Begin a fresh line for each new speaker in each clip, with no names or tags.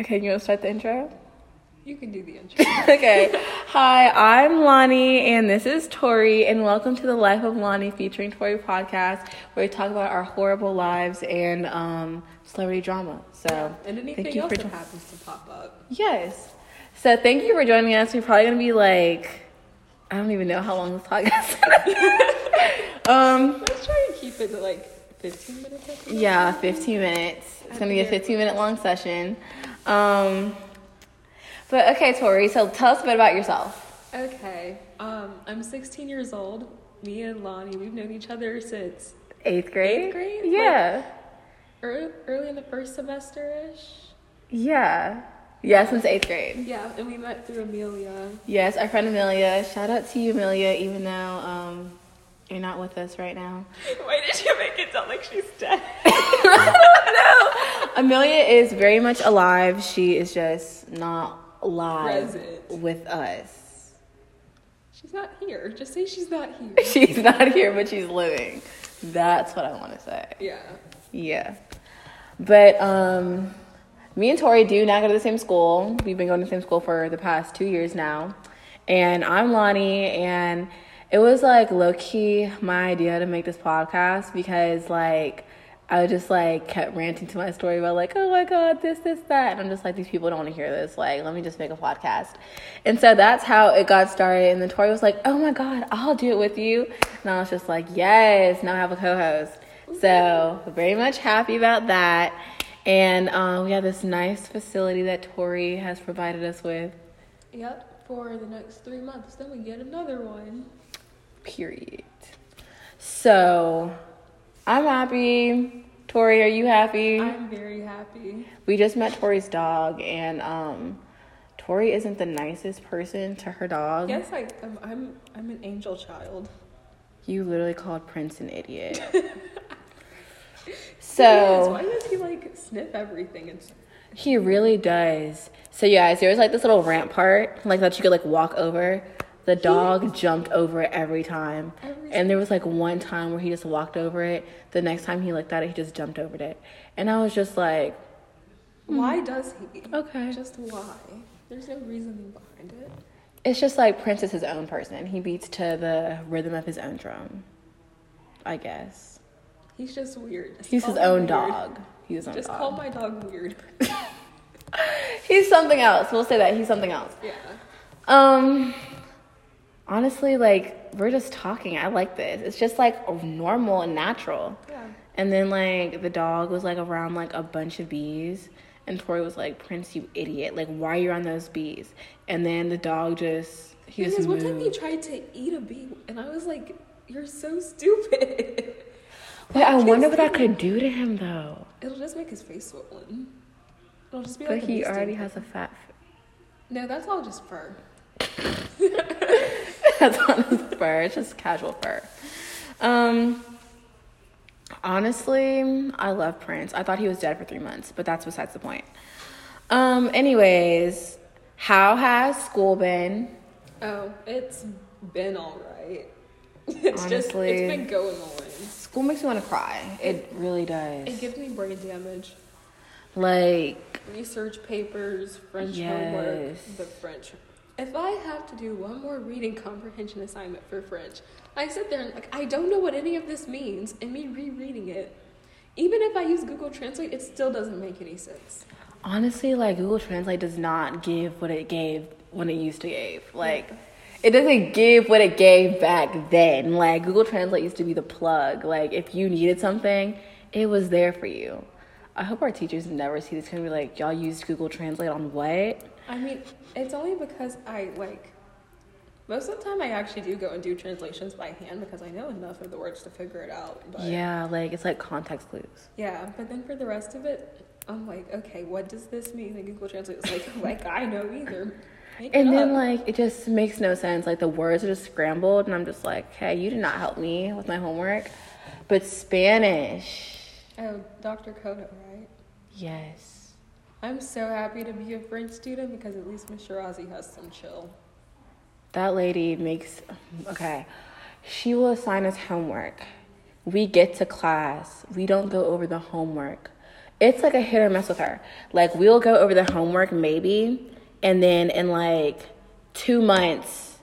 Okay, you want to start the intro?
You can do the intro.
okay. Hi, I'm Lonnie, and this is Tori, and welcome to the Life of Lonnie featuring Tori podcast, where we talk about our horrible lives and um, celebrity drama. So,
And anything
thank you
else
for
that
jo-
happens to pop up.
yes. So, thank you for joining us. We're probably gonna be like, I don't even know how long this podcast. is. um,
Let's try and keep it to like 15 minutes. I think.
yeah, 15 minutes. It's gonna be a 15 minute long session. Um, but okay, Tori. So, tell us a bit about yourself.
Okay. Um, I'm 16 years old. Me and Lonnie, we've known each other since
Eighth grade?
Eighth grade?
Yeah.
ear- early in the first semester ish.
yeah. Yeah, since eighth grade.
Yeah, and we met through Amelia.
Yes, our friend Amelia. Shout out to you, Amelia, even though um, you're not with us right now.
Why did you make it sound like she's dead?
Amelia is very much alive. She is just not live
Present.
with us.
She's not here. Just say she's not here.
She's not here, but she's living. That's what I want to say.
Yeah.
Yeah. But um me and Tori do now go to the same school. We've been going to the same school for the past two years now. And I'm Lonnie and it was like low key my idea to make this podcast because like I just like kept ranting to my story about like, oh my god, this, this, that, and I'm just like, these people don't want to hear this. Like, let me just make a podcast, and so that's how it got started. And then Tori was like, oh my god, I'll do it with you, and I was just like, yes, now I have a co-host. So very much happy about that. And um, we have this nice facility that Tori has provided us with.
Yep. For the next three months, then we get another one.
Period. So I'm happy. Tori, are you happy?
I'm very happy.
we just met Tori's dog, and um, Tori isn't the nicest person to her dog.
Yes, I, I'm, I'm. I'm an angel child.
You literally called Prince an idiot.
Yes,
so
why does he like sniff everything? And s-
He really does. So yeah, there was like this little rampart, like that you could like walk over. The dog jumped over it every time.
Every
And there was like one time where he just walked over it. The next time he looked at it, he just jumped over it. And I was just like,
why does he?
Hmm. Okay.
Just why? There's no reasoning behind it.
it's just like Prince is his own person. He beats to the rhythm of his own drum. I guess.
He's just weird. Just
He's
call
his
him
own
Oh, weird.
dog. He's his own
Just
dog.
call my dog weird.
He's something else. We'll say that. He's something else.
yeah.
Um, honestly, like we're just talking. I like this. It's just like normal and natural.
Yeah.
And then like the dog was like around like a bunch of bees, and Tori was like, "Prince, you idiot! Like, why are you around those bees?" And then the dog just he just
Because one time he
moved.
tried to eat a bee, and I was like, "You're so stupid."
Wait, I
Kids
wonder what I
do
could do to him though.
It'll just make his face swollen. It'll just be
But
like. a
he
bee
already
sting.
has a fat.
No, that's all just fur.
That's on his fur. It's just casual fur. Um. Honestly, I love Prince. I thought he was dead for three months, but that's besides the point. Um. Anyways, how has school been?
Oh, it's been all right. It's just it's
Honestly.
been going on.
School makes me want to cry. It really does.
It gives me brain damage.
like
research papers, French homework,
Yes.
the French. If I have to do one more reading comprehension assignment for French, I sit there and like I don't know what any of this means, and me rereading it, even if I use Google Translate, it still doesn't make any sense.
honestly, like Google Translate does not give what it gave when it used to give. Like it doesn't give what it gave back then. Like Google Translate used to be the plug. Like if you needed something, it was there for you. I hope our teachers never see this. Gonna be like, y'all used Google Translate on what?
I mean, it's only because I like. Most of the time, I actually do go and do translations by hand because I know enough of the words to figure it out. But
Yeah, like it's like context clues.
Yeah, but then for the rest of it, I'm like, okay, what does this mean? And Google Translate was like, like I know either. Make it
And then
up.
like it just makes no sense. Like the words are just scrambled, and I'm just like, hey, you did not help me with my homework. But Spanish,
oh, Dr. Koda, right?
yes.
I'm so happy to be a French student because at least Miss Shirazi has some chill.
That lady makes, okay, she will assign us homework. We get to class, we don't go over the homework. it's like a hit or miss with her. Like we'll go over the homework maybe, and then in like two months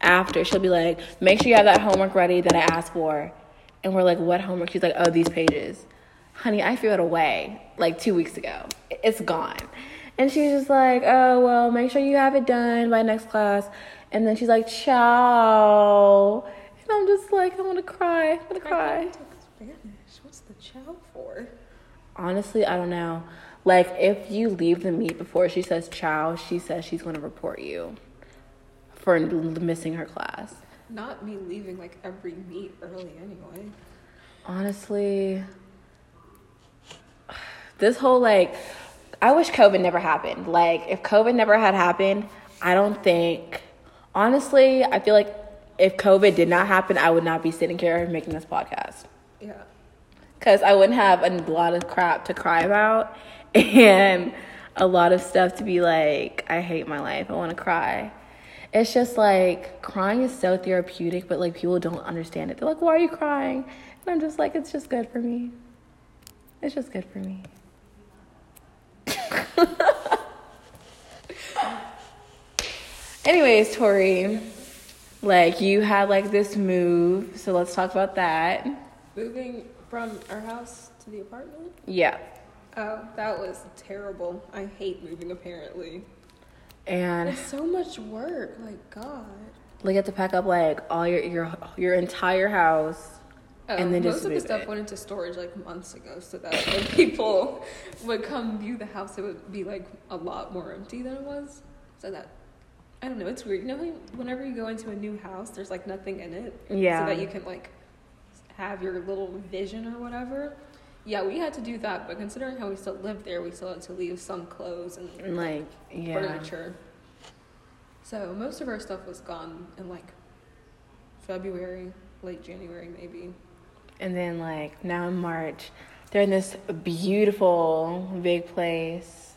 after, she'll be like, "Make sure you have that homework ready that I asked for," and we're like, "What homework?" She's like, "Oh, these pages." Honey, I threw it away like two weeks ago. It's gone. And she's just like, "Oh well, make sure you have it done by next class." And then she's like, "Ciao," and I'm just like, "I'm gonna cry. I'm gonna cry."
Spanish. What's the chow for?
Honestly, I don't know. Like, if you leave the meet before she says chow, she says she's going to report you for l- missing her class.
Not me leaving like every meet early anyway.
Honestly, this whole like, I wish COVID never happened. Like, if COVID never had happened, I don't think, honestly, I feel like if COVID did not happen, I would not be sitting here making this podcast.
Yeah.
because I wouldn't have a lot of crap to cry about and a lot of stuff to be like, I hate my life. I want to cry. It's just like crying is so therapeutic, but like people don't understand it. They're like, why are you crying? And I'm just like, it's just good for me. It's just good for me. Anyways, Tori, like you had like this move, so let's talk about that.
Moving from our house to the apartment?
Yeah.
Oh, that was terrible. I hate moving apparently.
and
It's so much work. Like God.
like you have to pack up like all your your your entire house.
Oh,
And then
most
just
of the
move
stuff
it.
went into storage like months ago, so that when people would come view the house, it would be like a lot more empty than it was. So that I don't know. It's weird. You know, how you- whenever you go into a new house, there's like nothing in it.
Yeah.
so that you can like have your little vision or whatever. Yeah, we had to do that, but considering how we still lived there, we still had to leave some clothes and
And like yeah.
furniture. So most of our stuff was gone in like February, late January maybe.
And then like now in March, they're in this beautiful big place.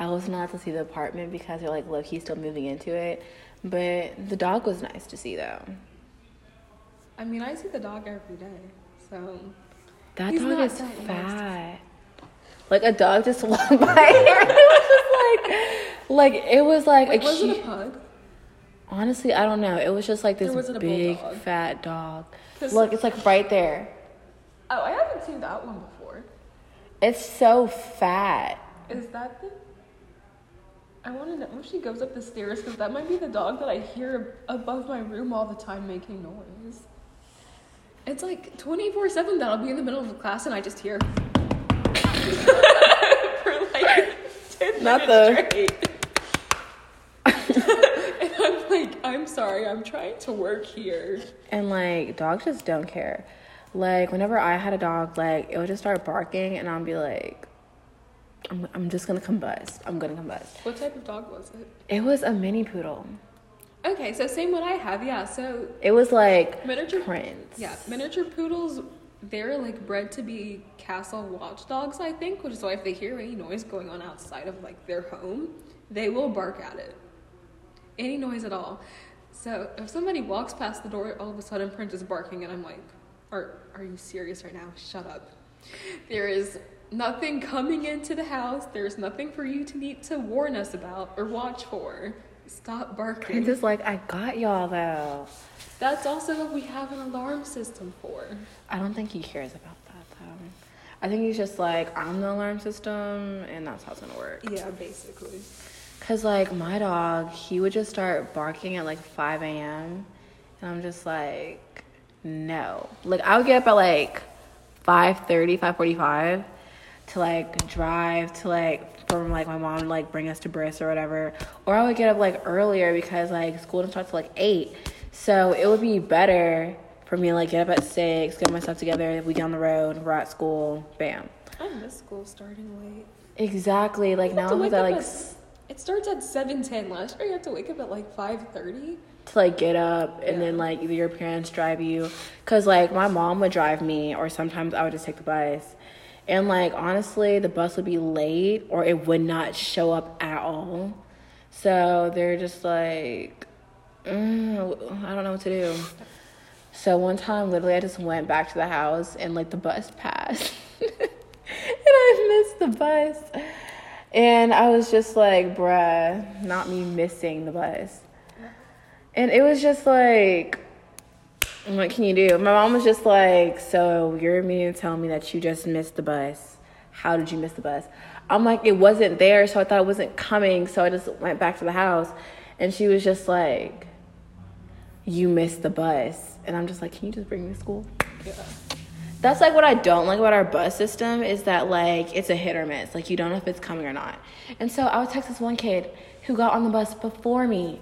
I was not allowed to see the apartment because they're like look he's still moving into it. But the dog was nice to see though.
I mean, I see the dog every day, so
That
He's
dog
not
is
that nice.
fat. Like a dog just walked by here. It was just like like it was like
Wait,
a
was
cute-
it a pug?
Honestly, I don't know. It was just like
There
this
wasn't a
big
bulldog.
fat dog.
'Cause-
Look, it's like right there.
Oh, I haven't seen that one before.
It's so fat.
Is that the? I want to know if she goes up the stairs because that might be the dog that I hear ab- above my room all the time making noise. It's like twenty four seven that I'll be in the middle of a class and I just hear for like ten
Not
minutes straight. and I'm like, I'm sorry, I'm trying to work here.
And like dogs just don't care. Like whenever I had a dog, like it would just start barking and I'd be like I'm I'm just going to combust. I'm going to combust.
What type of dog was it?
It was a mini poodle.
Okay, so same what I have, yeah. So
It was like
miniature
Prince.
Yeah, miniature poodles, they're like bred to be castle watchdogs, I think, which is why if they hear any noise going on outside of like their home, they will bark at it. Any noise at all. So if somebody walks past the door, all of a sudden Prince is barking, and I'm like, are, are you serious right now? Shut up. There is nothing coming into the house, there's nothing for you to need to warn us about or watch for. Stop barking.
Prince is like I got y'all though.
That's also what we have an alarm system for.
I don't think he cares about that though. I think he's just like I'm the alarm system and that's how it's going to work.
Yeah, basically.
Cause like my dog, he would just start barking at like 5 a.m. and I'm just like, no. Like I would get up at like 5:30, 5:45 to like drive to like from like my mom to like bring us to Briss or whatever. Or I would get up like earlier because like school didn't start till like eight. So it would be better for me to like get up at six, get myself together. We get on the road, we're at school, bam.
I miss school starting late.
Exactly. Like
You have to
now
wake
it's at
up
like
at-
s-
it starts at seven ten. Last year you have to wake up at like five thirty.
to like get up and
Yeah.
then like either your parents drive you because like my mom would drive me or sometimes i would just take the bus and like honestly the bus would be late or it would not show up at all so they're just like mm, i don't know what to do so one time literally i just went back to the house and like the bus passed and i I missed the bus. And I was just like, bruh, not me missing the bus. And it was just like, what can you do? My mom was just like, so you're meaning to tell me that you just missed the bus. How did you miss the bus? I'm like, it wasn't there, so I thought it wasn't coming, so I just went back to the house. And she was just like, you missed the bus. And I'm just like, can you just bring me to school? That's like what I don't like about our bus system is that like it's a hit or miss. Like you don't know if it's coming or not. And so I would text this one kid who got on the bus before me,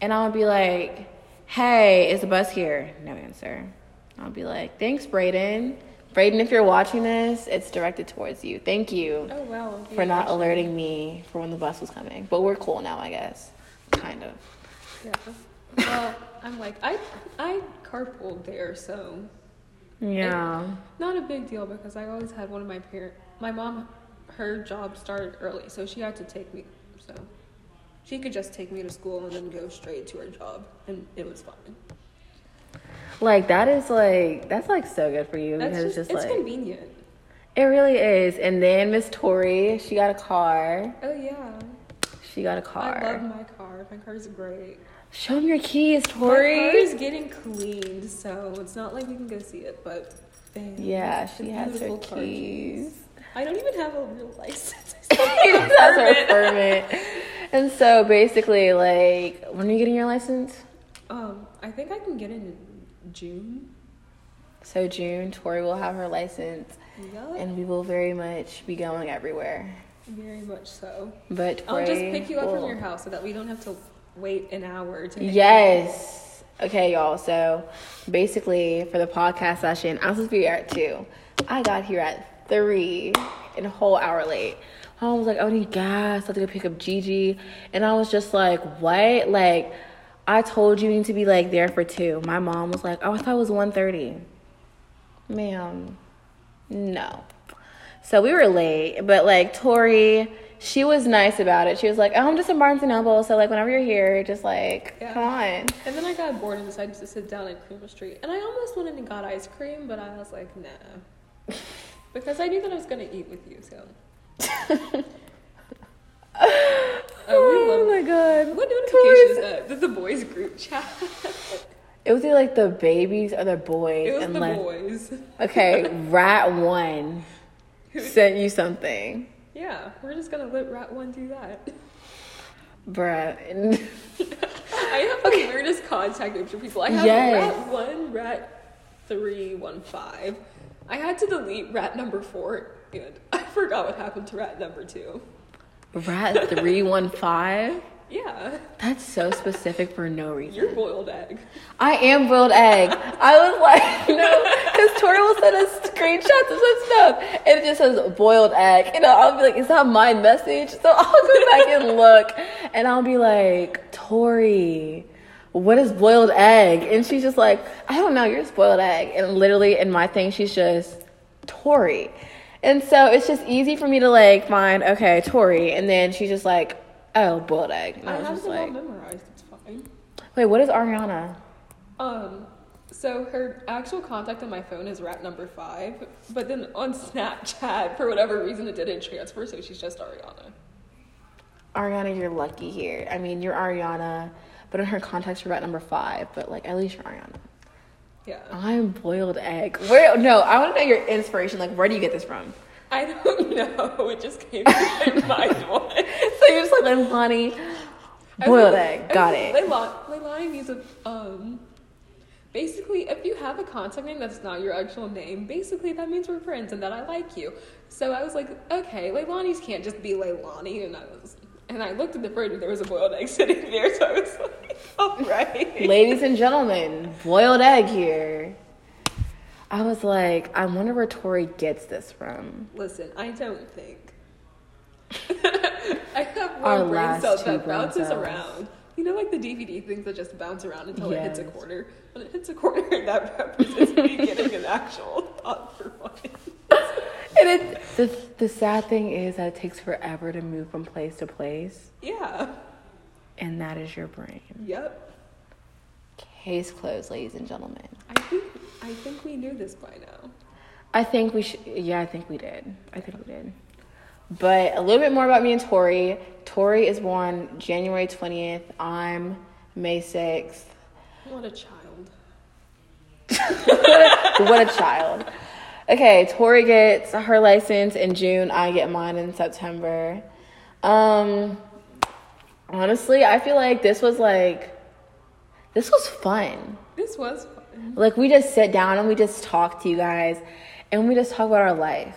and I would be like, "Hey, is the bus here?" No answer. I'll be like, "Thanks, Brayden. Brayden, if you're watching this, it's directed towards you. Thank you
Oh wow.
for not alerting me for when the bus was coming. But we're cool now, I guess. Kind of.
Yeah. Well, I'm like I I carpooled there, so
Yeah.
not a big deal because I always had one of my parent my mom her job started early, so she had to take me so she could just take me to school and then go straight to her job and it was fine.
Like that is like that's like so good for you
That's
because
just,
it's just
it's
like
convenient.
It really is. And then Miss Tori, she got a car.
Oh yeah.
She got a
I love
car.
my car. My car's great.
Show them your keys,
My car
Tori.
is getting cleaned, so it's not like we can go see it, but bam,
Yeah,
it's a
she has her
beautiful car
keys.
I don't even have a real license.
She just has her permit. And so basically, like, when are you getting your license?
um, I think I can get in in June.
So June, Tori will have her license,
Yeah,
and we will very much be going everywhere.
very much so.
But
I'll
Tori
just pick you up
will-
from your house so that we don't have to wait an hour to. hang
Yes. Okay, y'all. So basically, for the podcast session, I was supposed to be here at two. I got here at three, and a whole hour late. Mom was like, "I need gas. I have to go pick up Gigi," and I was just like, "What?" Like, I told you you need to be like there for two. My mom was like, "Oh, I thought it was 1.30. ma'am." No. So we were late, but like Tori, she was nice about it. She was like, "Oh, I'm just in Barnes and Noble, so like whenever you're here, just like
Yeah.
come on."
out. And then I got bored and decided to sit down at Creamer Street, and I almost went in and got ice cream, but I was like, nah, because I knew that I was gonna eat with you. So
oh
love-
my god!
what notification is
Tori's-
that? This is the boys group chat.
It was either like the babies or the boys.
It was
and
the
like,
boys.
Okay, rat one sent you something,
Yeah, we're just gonna let Rat One do that.
bruh. And-
I have the weirdest contact groups for people. I have
Yes.
rat one, rat three, one five. I had to delete rat number four, and I forgot what happened to rat number two.
rat three one five.
Yeah,
That's so specific for no reason.
you're boiled egg.
I am boiled egg. I was like, no, because Tori will send us screenshots of some stuff, and it just says boiled egg. And I'll be like, is that my message? So I'll go back and look, and I'll be like, Tori, what is boiled egg? And she's just like, I don't know, you're just boiled egg. And literally in my thing, she's just Tori. And so it's just easy for me to like find, okay, Tori. And then she's just like, oh, boiled egg. And
I,
I, was
have
just
them all
like,
memorized. It's fine.
wait, what is Ariana?
Um, so her actual contact on my phone is rat number five, but then on Snapchat, for whatever reason, it didn't transfer, so she's just Ariana.
Ariana, you're lucky here. I mean, you're Ariana, but in her context, you're about number five. But like, at least you're Ariana.
Yeah,
I'm boiled egg. Where? No, I want to know your inspiration. Like, where do you get this from?
I don't know. It just came to my mind once.
So you're just like, Leilani, boiled egg. Got it.
Leilani, Leilani means a, um, basically, if you have a contact name that's not your actual name, basically that means we're friends and that I like you. So I was like, okay, Leilani's can't just be Leilani, and I was, and I looked at the fridge and there was a boiled egg sitting there, so I was like, all right.
Ladies and gentlemen, boiled egg here. I was like, I wonder where Tori gets this from.
Listen, I don't think. I have
Our
one brain
last
cell
two
that
brain
bounces
cells.
around. You know, like the DVD things that just bounce around until it hits a
Yes.
quarter. When it hits a quarter, that represents me getting an actual thought for one.
And it, the, the sad thing is that it takes forever to move from place to place,
Yeah.
and that is your brain.
Yep.
Case closed, ladies and gentlemen.
I think I think we knew this by now.
I think we should. Yeah, I think we did. I think we did. But a little bit more about me and Tori. Tori is born January 20th. I'm May 6th.
What a child.
what a child. Okay, Tori gets her license in June. I get mine in September. Um, honestly, I feel like this was like, this was fun.
This was fun.
Like we just sit down and we just talk to you guys, and we just talk about our life.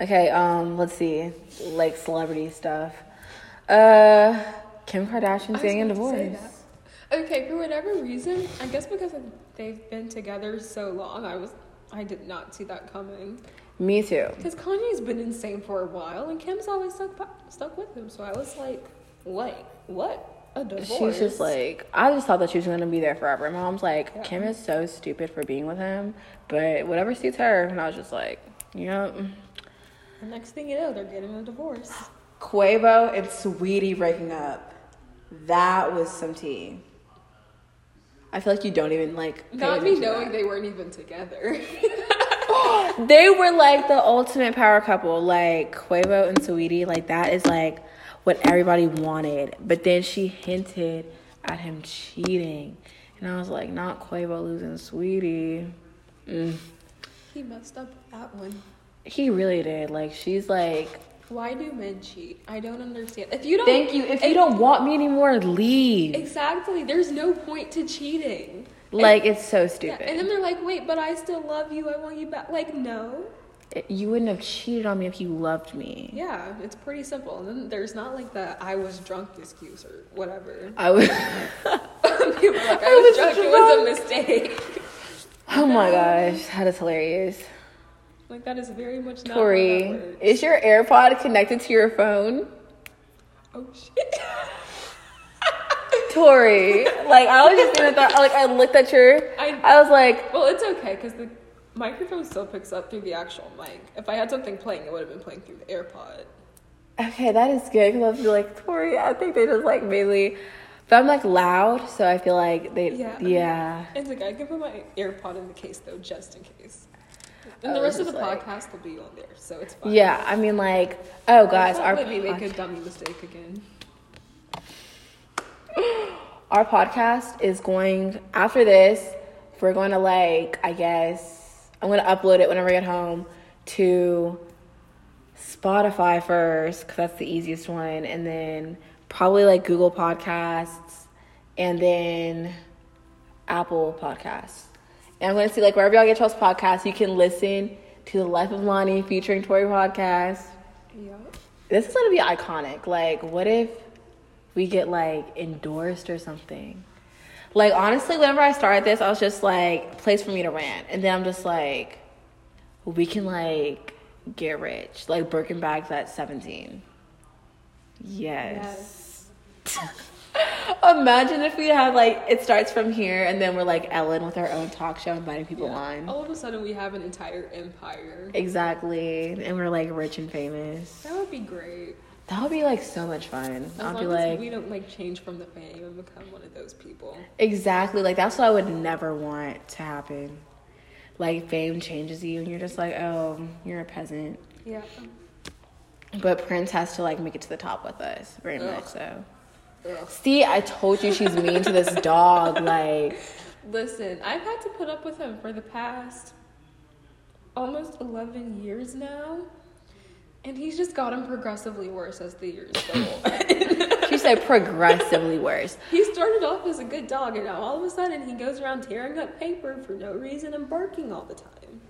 Okay, um, let's see, like celebrity stuff. Uh, Kim Kardashian's
I was
getting a
about to say
divorce.
that. Okay, for whatever reason, I guess because of- they've been together so long, I was I did not see that coming.
Me too.
Because Kanye's been insane for a while, and Kim's always stuck by- stuck with him. So I was like, wait, what? A divorce?
She's just like, I just thought that she was gonna be there forever. My mom's like,
Yeah.
Kim is so stupid for being with him, but whatever suits her. And I was just like, yep.
The next thing you know, they're getting a divorce.
Quavo and Sweetie breaking up. That was some tea. I feel like you don't even like. pay
Not me
attention to
knowing
that.
they weren't even together.
They were like the ultimate power couple. Like Quavo and Sweetie, like that is like what everybody wanted. But then she hinted at him cheating. And I was like, not Quavo losing Sweetie. Mm.
he messed up with that one.
He really did. Like she's like,
Why do men cheat? I don't understand. If you don't
thank you. If you don't want me anymore, leave.
exactly, there's no point to cheating.
Like it's so
Yeah, and
stupid.
then they're like, wait, but I still love you. I want you back. Like, no.
You wouldn't have cheated on me if you loved me.
Yeah, it's pretty simple. And then there's not like the I was drunk excuse or whatever.
I would.
People are like, I,
I
was,
was
drunk. It was a mistake.
Oh my gosh, that is hilarious.
like, that is very much not
Tori,
how Oh, that works.
is your AirPod connected to your phone?
Oh, shit.
Tori, like I was just in the thought, like I looked at your,
I-
I, was like,
well, it's okay because the microphone still picks up through the actual mic. If I had something playing, it would have been playing through the AirPod.
okay, that is good because I was like, Tori, I think they just like mainly, but I'm like loud, so I feel like they,
Yeah.
yeah.
It's okay. I can put my AirPod in the case though, just in case.
I
And the
was
rest of the
just like-
podcast will be on there, so it's fine.
Yeah, I mean, like, oh, guys,
We'll
our
probably make a
pod-
dummy mistake again.
our podcast is going after this. We're going to like, I guess, I'm going to upload it whenever I get home to Spotify first because that's the easiest one, and then probably like Google Podcasts, and then Apple Podcasts. And I'm going to see like wherever y'all get y'all's podcasts, you can listen to the Life of Lonnie featuring Tori podcast.
Yeah.
This is gonna be iconic. Like, what if we get like endorsed or something? Like, honestly, whenever I started this, I was just like, place for me to rant. And then I'm just like, we can like get rich. Like, Birkin bags at 17. Yes. Imagine if we had like, it starts from here and then we're like Ellen with our own talk show inviting people on.
All of a sudden, we have an entire empire.
Exactly. And we're like rich and famous.
That would be great.
That would be like so much fun.
As
I'll
long
be
as
like,
we don't like change from the fame and become one of those people.
exactly. Like, that's what I would never want to happen. Like, fame changes you, and you're just like, oh, you're a peasant.
Yeah.
But Prince has to, like, make it to the top with us, very much so.
Ugh.
See, I told you she's mean to this dog. Like,
Listen, I've had to put up with him for the past almost 11 years now. And he's just gotten progressively worse as the years go on.
she said progressively worse.
He started off as a good dog, and now all of a sudden he goes around tearing up paper for no reason and barking all the time.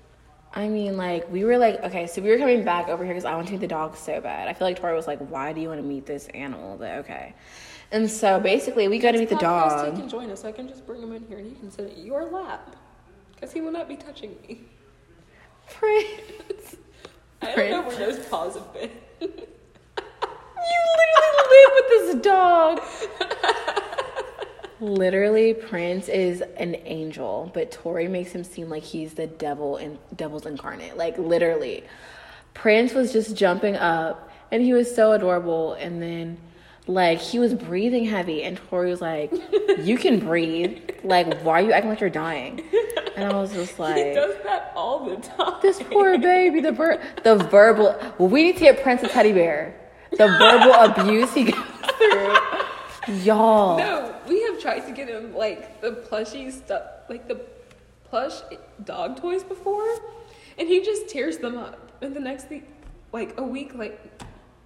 I mean, like, we were like, okay, so we were coming back over here because I want to meet the dog so bad. I feel like Tori was like, why do you want to meet this animal? But okay. And so basically, we go to meet the
Podcast,
dog.
He can join us. I can just bring him in here, and he can sit at your lap, because he will not be touching me.
Prince.
I don't know
Prince.
where those paws have been.
You literally live with this dog. literally, Prince is an angel, but Tori makes him seem like he's the devil and devil's incarnate. Like literally, Prince was just jumping up, and he was so adorable. And then, like, he was breathing heavy, and Tori was like, "You can breathe. Like, why are you acting like you're dying?" And I was just
he
like,
does that all the time.
this poor baby, the ver- the verbal. Well, we need to get Prince a teddy bear. The verbal abuse he goes through, y'all.
No, we have tried to get him like the plushy stuff, like the plush dog toys before, and he just tears them up. And the next thing, like a week, like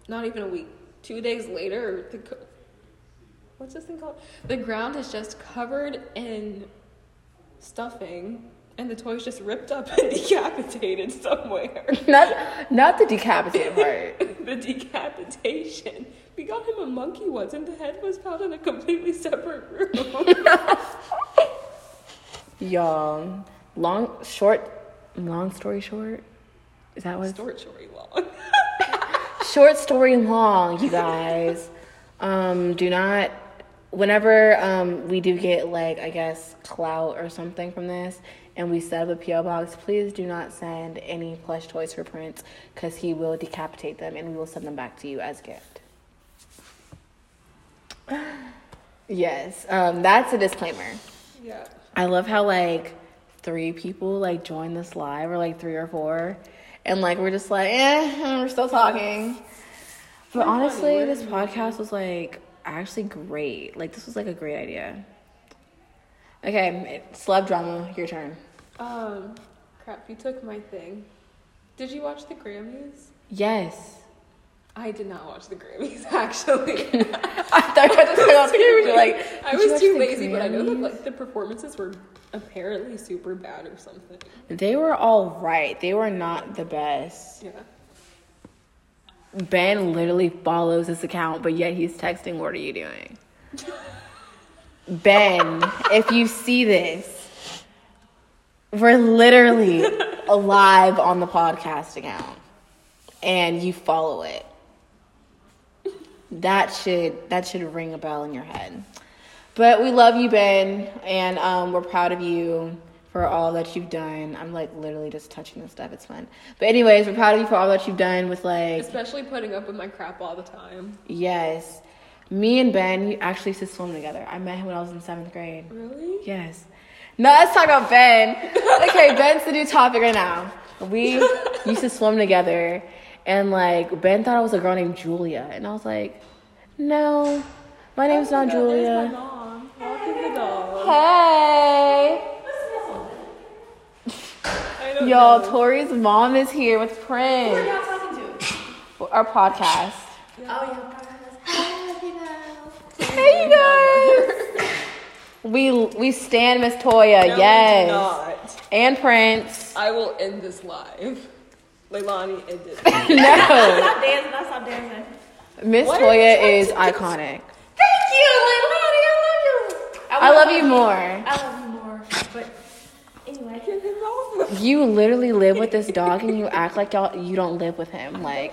not even a week, two days later, the co- what's this thing called? The ground is just covered in stuffing, and the toy's just ripped up and decapitated somewhere.
Not not the decapitated part.
the decapitation. We got him a monkey once, and the head was found in a completely separate room.
Y'all, long, short, long story short. Is that what? it's-
Story story long.
Short story long, you guys. um, do not. Whenever um, we do get like I guess clout or something from this, and we set up a PO box, please do not send any plush toys for Prince because he will decapitate them, and we will send them back to you as a gift. Yes, um, that's a disclaimer.
yeah.
I love how like three people like joined this live or like three or four and like we're just like eh we're still talking. But honestly, this podcast was like actually great. Like this was like a great idea. Okay, celeb drama, your turn.
Um, crap, you took my thing. Did you watch the Grammys?
Yes.
I did not watch the Grammys, actually.
I thought I was going to be like "Did
I
you
was
watch
too
the
lazy, but I know that
Grammys?"
like the performances were apparently super bad or something.
they were all right. They were not the best.
Yeah.
Ben literally follows this account, but yet he's texting, What are you doing? ben, if you see this, we're literally alive on the podcast account and you follow it. That should that should ring a bell in your head. But we love you, Ben, and um, we're proud of you for all that you've done. I'm like literally just touching this stuff. It's fun. But anyways, we're proud of you for all that you've done with like
Especially putting up with my crap all the time.
Yes. Me and Ben we actually used to swim together. I met him when I was in seventh grade.
Really?
Yes. No, let's talk about Ben. Okay, Ben's the new topic right now. We used to swim together, and like Ben thought I was a girl named Julia, and I was like, no, my name's not
Yeah, there's Oh my
Julia.
mom walking the dog.
Hey,
I don't
y'all,
know.
Tori's mom is here with Prince,
y'all talking to?
for our podcast.
Oh, yeah.
Hey, you guys. We we stand Miss Toya.
No, we do
yes.
not.
And Prince.
I will end this live. Leilani ended.
No.
Stop dancing. I stop dancing.
Miss
What?
Toya is iconic.
Thank you, Leilani. I love you.
I love you more.
I love you more. But anyway,
You literally live with this dog and you act like y'all you don't live with him. Like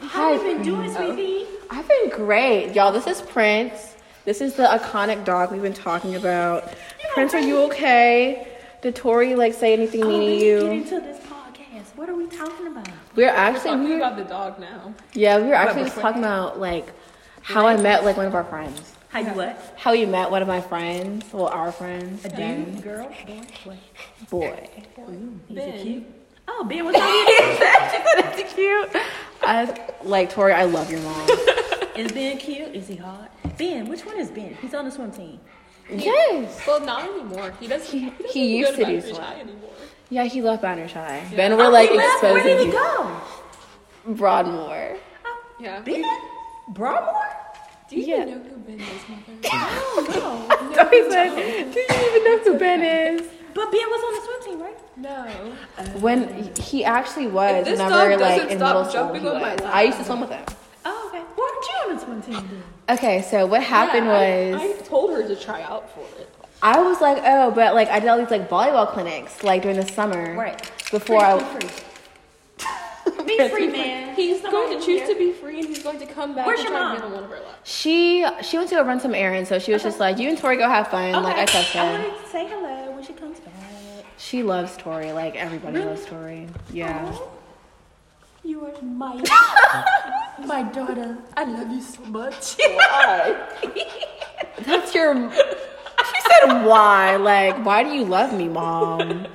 how you been doing, sweetie?
I've been great. Y'all, this is Prince. This is the iconic dog we've been talking about. Prince, are you okay? Did Tori like say anything
Oh,
mean
we
to
should get
you?
into this podcast. What are we talking about?
We're actually
Talking
we were,
about the dog now.
yeah, we were actually just talking about like how I met like one of our friends.
How you what?
How you met one of my friends, well our friends, Ben,
Girl, boy, what?
boy.
Ben,
Oh, Ben was on
That's cute. I like Tori. I love your mom.
Is Ben cute? Is he hot? Ben, which one is Ben? He's on the swim team.
yes.
well, not anymore. He doesn't. He, doesn't
he
go
used to do
Boundary
swag.
High anymore.
Yeah, he left Boundary High. Ben, we're like
Oh, He left. Where
exposing
did he
you.
go?
Broadmoor.
Oh,
Yeah.
Ben? Broadmoor?
Do you
Yeah.
even know who Ben is, mother?
Oh, no.
Tori said, "Do you even know who Ben is?"
But Ben was on the swim team, right?
no.
When he actually was,
If this
whenever
dog doesn't
like in
stop
middle school,
jumping
he
on my
was.
lap.
I used to swim with him.
Oh, okay. Why aren't you on the swim team then?
Okay, so what happened
Yeah,
was
I, I told her to try out for it.
I was like, oh, but like I did all these like volleyball clinics like during the summer,
Right.
Before I
Free, free. Be free, man.
He's
Somebody
going to
who
choose
cares.
to be free, and he's going to come back
Where's
and
your
try
mom?
to get on one of our laps.
she she went to go run some errands, so she was just like, you and Tori go have fun, like I trust
I
her.
want to say hello when she comes back.
She loves Tori, like everybody loves Tori. Yeah.
Aw. You are my my daughter. Oh, I love you so much.
That's your. She said And why? Like, why do you love me, mom?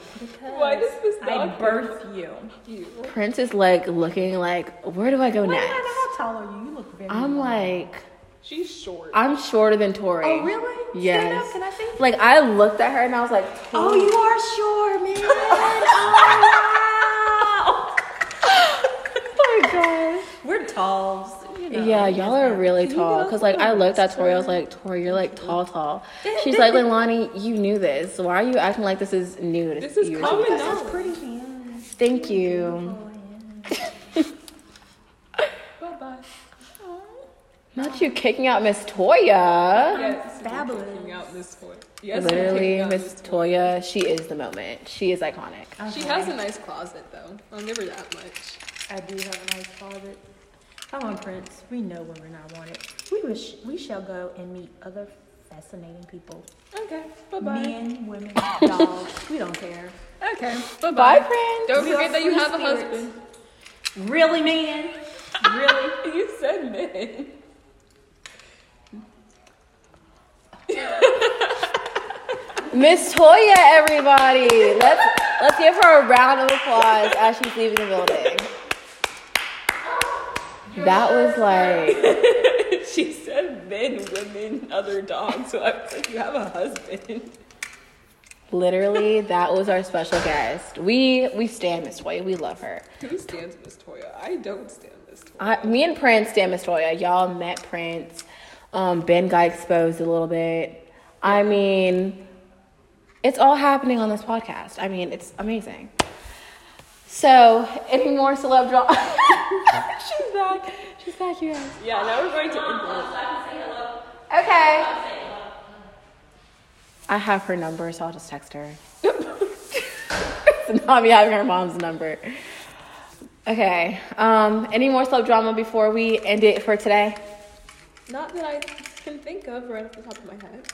Why does this
I
dog
birth you.
you?
Prince is like looking like, where do I go
Wait, Nana,
next?
how tall are you? You look very.
I'm like,
She's short.
I'm shorter than Tori.
Oh really? Stand
Yes.
up. Can I see?
Like I looked at her and I was like,
Oh, you are sure, man. Oh
oh my gosh.
wow. We're talls. You know.
Yeah, y'all are really
Can you
tall.
go
Cause like I
over
looked at Tori, I was like, Tori, you're like tall, tall.
That-
She's
that-
like, Leilani, you knew this. Why are you acting like this is new?
This is
you.
common
That's
knowledge.
pretty hands.
Thank you.
Bye bye.
Not you kicking out Miss Toya.
Yes, we're
fabulous.
kicking out this toy. Yes, we're kicking
Literally,
out
Miss
this toy.
Toya, she is the moment. She is iconic.
She has a nice closet though. I'll give her that much.
I do have a nice closet. Come on, Prince. We know when we're not wanted. We wish we shall go and meet other fascinating people.
Okay. Bye bye.
Men, women, dogs. We don't care.
Okay. Bye
Bye,
bye.
friend.
Don't
We
forget
are
that you
free
have a
spirits.
husband.
Really, man? Really?
You said men.
Miss Toya, everybody. Let's let's give her a round of applause as she's leaving the building. That was like
she said men, women, other dogs. So I was like, you have a husband.
literally that was our special guest. We we stand Miss Toya. We love her.
Who stands Miss Toya? I don't stand Miss Toya.
I, me and Prince stand Miss Toya. Y'all met Prince. Um, ben got exposed a little bit. I mean, it's all happening on this podcast. I mean, it's amazing. So, any more celeb drama? She's back. She's back, you guys.
Yeah, now we're going to England.
Okay. I have her number, so I'll just text her. it's not me having her mom's number. Okay. Um, any more slow drama before we end it for today?
Not that I can think of right off the top of my head.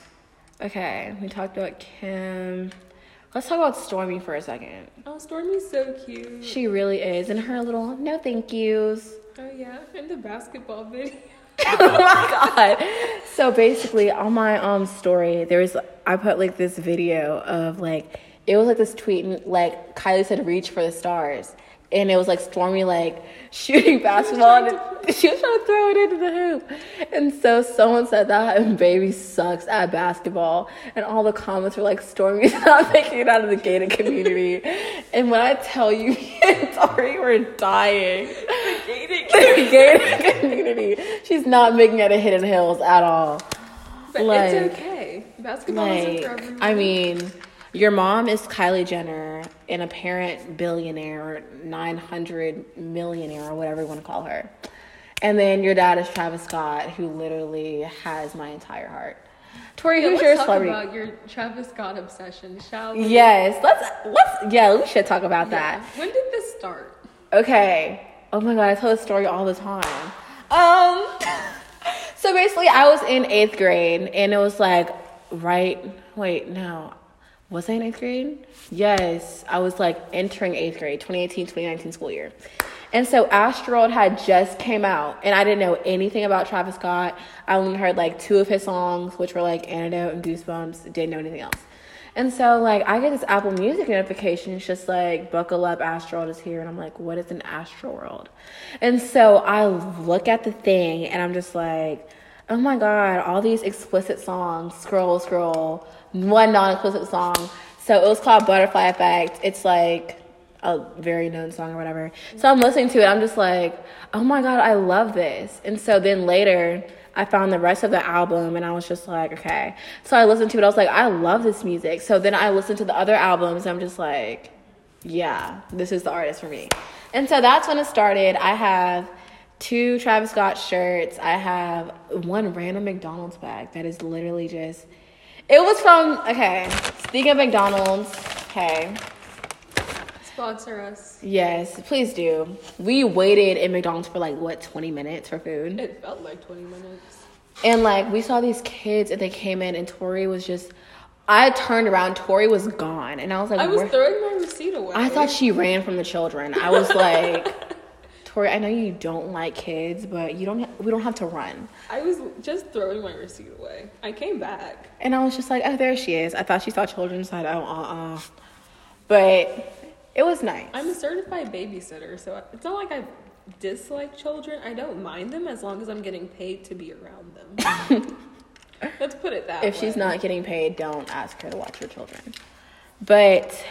Okay. We talked about Kim. Let's talk about Stormy for a second.
Oh, Stormy's so cute.
She really is, and her little no thank yous.
Oh yeah, and the basketball video.
oh my god. So basically on my um story there was I put like this video of like it was like this tweet and like Kylie said reach for the stars and it was like Stormy like shooting basketball and she was trying to throw it into the hoop. And so someone said that and baby sucks at basketball and all the comments were like Stormy's not making it out of the gated community. and when I tell you me and Tori were dying the gated community. She's not making it a hidden hills at all.
But
Like-
it's okay. Basketball isn't
Like,
for everyone.
I mean, your mom is Kylie Jenner, an apparent billionaire, 900 millionaire, or whatever you want to call her. And then your dad is Travis Scott, who literally has my entire heart. Tori,
Yeah,
who's
let's
your
talk
celebrity?
about your Travis Scott obsession, shall we?
yes, let's let's yeah, we should talk about that.
When did this start?
Okay. Oh my god, I tell this story all the time. Um so basically I was in eighth grade and it was like right wait, no. Was I in eighth grade? Yes. I was like entering eighth grade, 2018, 2019 school year. And so Astroworld had just came out and I didn't know anything about Travis Scott. I only heard like two of his songs, which were like Antidote and Goosebumps, didn't know anything else. And so like I get this Apple Music notification, it's just like buckle up, Astroworld is here, and I'm like, what is an Astroworld? And so I look at the thing and I'm just like, oh my god, all these explicit songs, scroll, scroll, one non-explicit song. So it was called Butterfly Effect. It's like a very known song or whatever. So I'm listening to it. I'm just like, oh my God, I love this. And so then later, I found the rest of the album and I was just like, okay. So I listened to it. I was like, I love this music. So then I listened to the other albums. I'm just like, yeah, this is the artist for me. And so that's when it started. I have two Travis Scott shirts. I have one random McDonald's bag that is literally just. It was from, okay, speaking of McDonald's, okay.
Sponsor us.
Yes, please do. We waited in McDonald's for like what 20 minutes for food.
It felt like 20 minutes.
And like we saw these kids and they came in and Tori was just I turned around, Tori was gone. And I was like,
I was
"Where-"
throwing my receipt away.
I thought she ran from the children. I was like, Tori, I know you don't like kids, but you don't. We don't have to run.
I was just throwing my receipt away. I came back.
And I was just like, oh, there she is. I thought she saw children, so I don't. Uh, uh. But it was nice.
I'm a certified babysitter, so it's not like I dislike children. I don't mind them as long as I'm getting paid to be around them. Let's put it that way.
If she's not getting paid, don't ask her to watch your children. But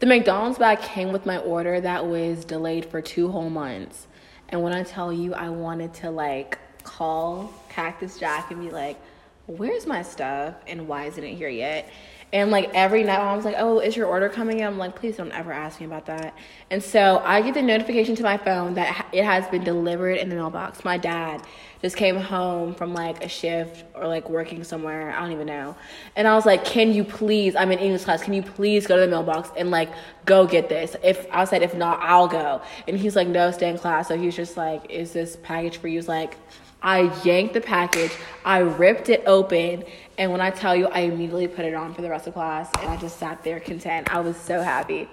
the McDonald's bag came with my order that was delayed for two whole months. And when I tell you, I wanted to like call Cactus Jack and be like, where's my stuff and why isn't it here yet? And like every night, I was like, oh, is your order coming? I'm like, please don't ever ask me about that. And so I get the notification to my phone that ha- it has been delivered in the mailbox. My dad just came home from like a shift or like working somewhere. I don't even know. And I was like, can you please, I'm in English class, can you please go to the mailbox and like go get this? If I said, if not, I'll go. And he's like, no, stay in class. So he was just like, is this package for you? He's like, I yanked the package, I ripped it open, and when I tell you, I immediately put it on for the rest of class, and I just sat there content. I was so happy.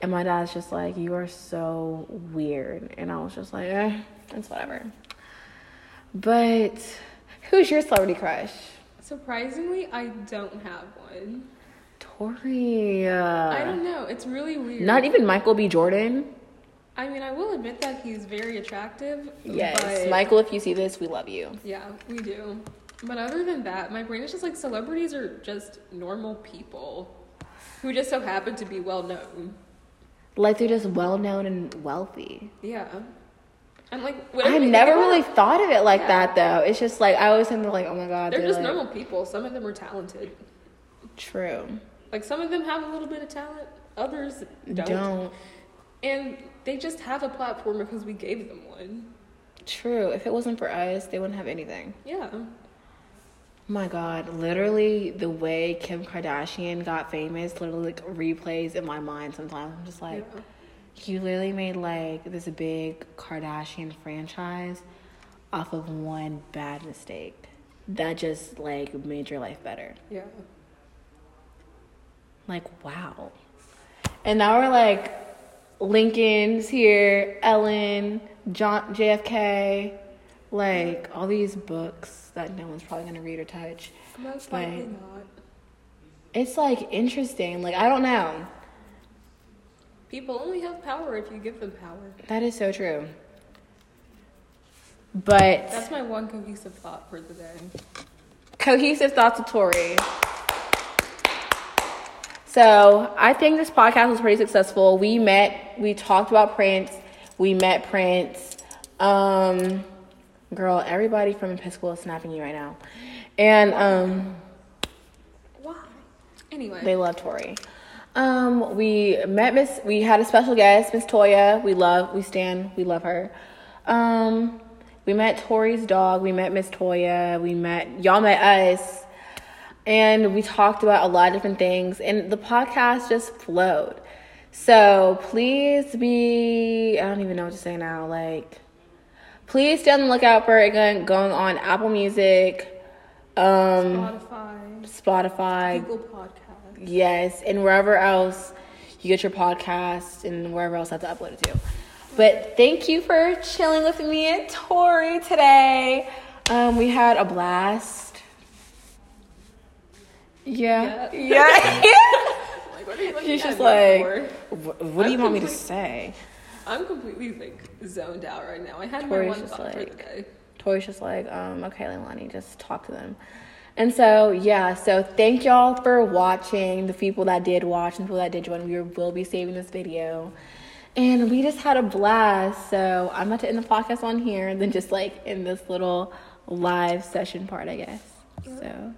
And my dad's just like, You are so weird. And I was just like, eh, It's whatever. But who's your celebrity crush?
Surprisingly, I don't have one.
Tori.
I
uh,
don't know. It's really weird.
Not even Michael B. Jordan.
I mean, I will admit that he's very attractive.
Yes.
but-
Michael, if you see this, we love you.
Yeah, we do. But other than that, my brain is just like celebrities are just normal people who just so happen to be well known.
Like they're just well known and wealthy.
Yeah. And like, whenever
I
you think
never
about it,
really thought of it like
Yeah.
that though. It's just like I always think like, oh my god,
They're just
like-
normal people. Some of them are talented.
True.
Like, some of them have a little bit of talent, others don't.
Don't.
And they just have a platform because we gave them one.
True. If it wasn't for us, they wouldn't have anything.
Yeah.
My God, literally the way Kim Kardashian got famous literally like replays in my mind sometimes. I'm just like,
Yeah.
you literally made like this big Kardashian franchise off of one bad mistake that just like made your life better.
Yeah.
Like, wow. And now we're like Lincoln's here, Ellen, John, JFK, like all these books that no one's probably gonna read or touch.
Most
Like-
likely not.
It's like interesting. Like, I don't know.
People only have power if you give them power.
That is so true. But
That's my one cohesive thought for the day.
cohesive thoughts of Tori. So I think this podcast was pretty successful. We met, we talked about Prince, we met Prince. Um, girl, everybody from Episcopal is snapping you right now, and um,
Why? Anyway.
they love Tori. Um, we met Miss, we had a special guest, Miss Toya. We love, we stand, we love her. Um, we met Tori's dog. We met Miss Toya. We met y'all met us, and we talked about a lot of different things. And the podcast just flowed. So please be, I don't even know what to say now. Like, please stay on the lookout for it going going on Apple Music, um,
Spotify,
Spotify,
Google Podcast.
Yes, and wherever else you get your podcast and wherever else I have to upload it to. But thank you for chilling with me and Tori today. Um, we had a blast. Yeah. Yeah.
Like, what are you looking
She's
at
just
me
like,
for?
"Wh- what do you want me to say?
I'm completely like zoned out right now. I had my
Tori's
one
just
thought for the
like-
day.
Tori's just like, um, okay, Leilani, just talk to them. And so, yeah, so thank y'all for watching, the people that did watch and the people that did join. We will be saving this video. And we just had a blast. So I'm about to end the podcast on here and then just like in this little live session part, I guess. So